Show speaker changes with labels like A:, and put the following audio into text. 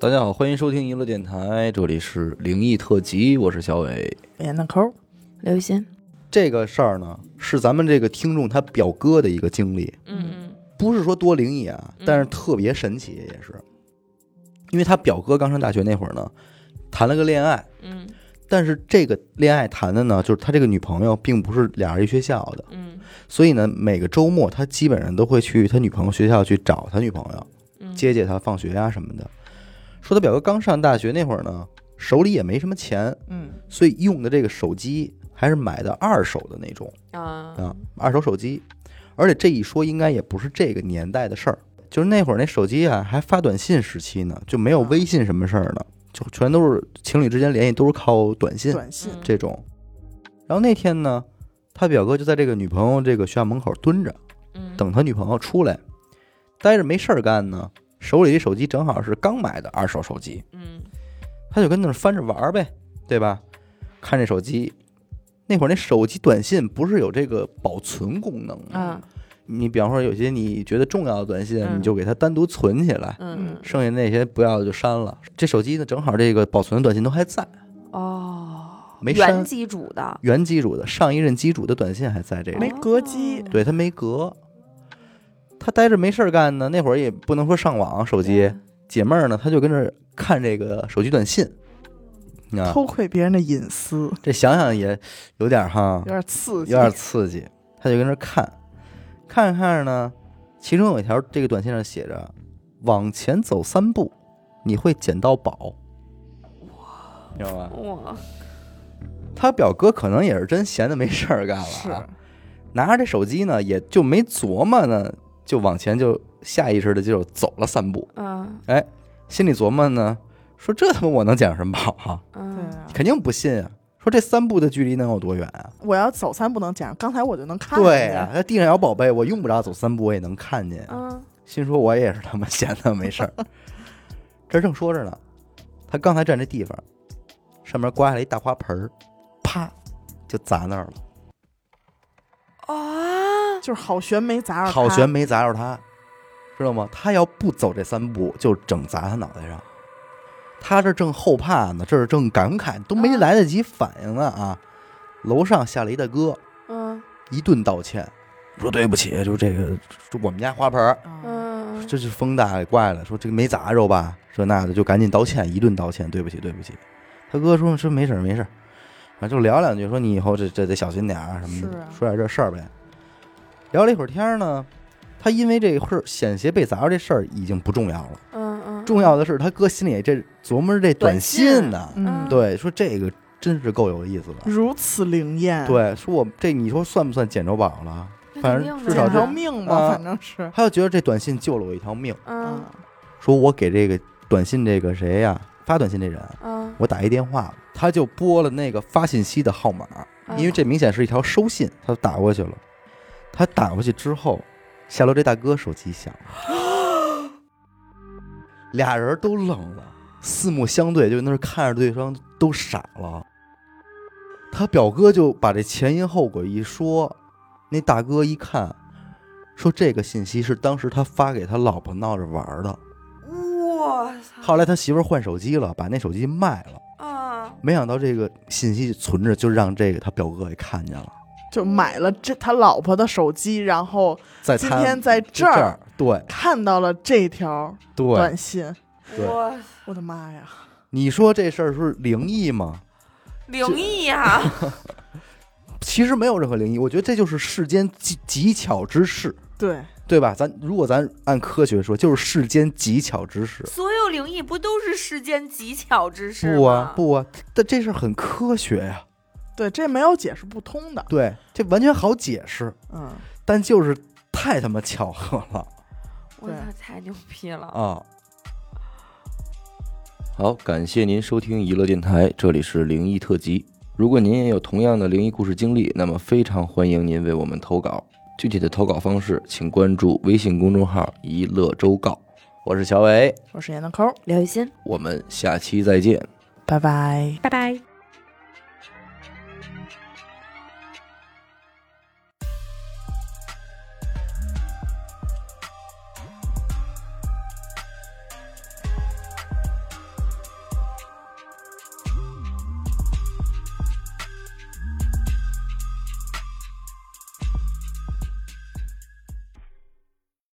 A: 大家好，欢迎收听娱乐电台，这里是灵异特辑，我是小伟。
B: 演的抠，
C: 刘雨欣，
A: 这个事儿呢，是咱们这个听众他表哥的一个经历，
B: 嗯
A: 不是说多灵异啊，但是特别神奇，也是，因为他表哥刚上大学那会儿呢，谈了个恋爱，
B: 嗯
A: 但是这个恋爱谈的呢，就是他这个女朋友并不是俩人一学校的，
B: 嗯
A: 所以呢，每个周末他基本上都会去他女朋友学校去找他女朋友。
B: 嗯，
A: 接接他放学啊呀、什么的。说他表哥刚上大学那会儿呢，手里也没什么钱，
B: 嗯
A: 所以用的这个手机还是买的二手的那种
B: 啊
A: 啊，二手手机。而且这一说应该也不是这个年代的事儿，就是那会儿那手机啊还发短信时期呢，就没有微信什么事儿呢，就全都是情侣之间联系都是靠短信
B: 嗯
C: 短信
A: 这种。然后那天呢，他表哥就在这个女朋友这个学校门口蹲着。
B: 嗯
A: 等他女朋友出来，待着没事儿干呢，手里这手机正好是刚买的二手手机，
B: 嗯
A: 他就跟那儿翻着玩儿呗，对吧？看这手机，那会儿那手机短信不是有这个保存功
C: 嗯
A: 能吗？
B: 啊
A: 你比方说有些你觉得重要的短信，
B: 嗯
A: 你就给它单独存起来，
B: 嗯
A: 剩下那些不要的就删了。这手机呢，正好这个保存的短信都还在，
C: 嗯哦，
A: 没删
C: 原机主的，
A: 原机主的上一任机主的短信还在这里，
B: 没隔机
C: 哦
A: 对他没隔，他待着没事儿干呢，那会儿也不能说上网手机。姐妹儿呢，她就跟这看这个手机短信，啊，
B: 偷窥别人的隐私，
A: 这想想也有点儿哈
B: 有，点刺
A: 嗯
B: 激，
A: 有点刺激。她就跟这看，看着看着呢，其中有一条这个短信上写着：“往前走三步，你会捡到宝。”你知道吧？
C: 哇，
A: 他表哥可能也是真闲的没事儿干了、啊，拿着这手机呢，也就没琢磨呢，就往前就下意识的就走了三步，
C: 嗯
A: 心里琢磨呢，说这他妈我能捡着什么宝啊？
B: 对
C: 嗯，
B: 啊。
A: 肯定不信啊！说这三步的距离能有多远啊？
B: 我要走三步能讲，刚才我就能看见。
A: 对啊，那地上有宝贝，我用不着走三步我也能看见。啊
C: 嗯
A: 心说我也是他妈闲的没事儿。这正说着呢，他刚才站这地方，上面刮下来一大花盆儿，啪就砸那儿了，
C: 啊，
B: 就是好悬没砸着
A: 好
B: 他
A: 悬，没砸着他，知道吗？他要不走这三步，就整砸他脑袋上。他这正后怕呢，这正感慨，都没
C: 啊
A: 来得及反应呢啊！楼上下来一大哥，
C: 嗯
A: 一顿道歉，说对不起，就这个就我们家花盆儿，
B: 嗯
C: 嗯，
A: 这是风大给怪了，说这个没砸着吧，这那的就赶紧道歉，一顿道歉，对不起，对不起。他哥说说没事儿没事儿，反正就聊两句，说你以后这这得小心点儿啊什么
B: 是
A: 的，
B: 啊
A: 说点这事儿呗。聊了一会儿天儿呢，他因为这会儿险些被砸着这事儿已经不重要了，
C: 嗯嗯，
A: 重要的是他哥心里这琢磨着这短信呢，
B: 嗯，
A: 对，说这个真是够有意思的，
B: 如此灵验，，
A: 对，说我这你说算不算捡着宝了？
C: 那
A: 反
C: 肯
A: 正
C: 定的
A: 至
B: 捡
A: 少
B: 条
A: 这
C: 呀
B: 命吧，
A: 啊
B: 反正是。
A: 他就觉得这短信救了我一条命。
C: 嗯
B: 啊
A: 说我给这个短信这个谁呀、发短信这人，
C: 嗯，
A: 我打一电话，他就拨了那个发信息的号码，
C: 嗯
A: 因为这明显是一条收信，他打过去了。他打过去之后，下楼这大哥手机响了，俩人都愣了，四目相对，就在那儿看着对方都傻了。他表哥就把这前因后果一说，那大哥一看，说这个信息是当时他发给他老婆闹着玩儿的。
C: 我操
A: 后来他媳妇儿换手机了，把那手机卖了。
C: 啊，
A: 没想到这个信息存着，就让这个他表哥给看见了，
B: 就买了这他老婆的手机，然后
A: 在
B: 今
A: 他
B: 天在
A: 这
B: 这儿
A: 对
B: 看到了这条
A: 对，
B: 短信，
A: 对
C: 我
B: 我的妈呀！
A: 你说这事儿是灵异吗？
C: 灵异呀，
A: 其实没有任何灵异，我觉得这就是世间极极巧之事，
B: 对，
A: 对吧？咱如果咱按科学说，就是世间极巧之事。
C: 所有灵异不都是世间极巧之事
A: 不啊
C: 吗？
A: 不啊，但这事儿很科学呀、
B: 对，这没有解释不通的。
A: 对，这完全好解释，
B: 嗯，
A: 但就是太他妈巧合了。
C: 我操，太牛逼了！
A: 啊。好，感谢您收听娱乐电台，这里是灵异特辑。如果您也有同样的灵异故事经历，那么非常欢迎您为我们投稿。具体的投稿方式，请关注微信公众号“一乐周告”。我是小伟，
B: 我是闫德抠，
C: 刘雨欣，
A: 我们下期再见。
B: 拜拜。
C: 拜拜。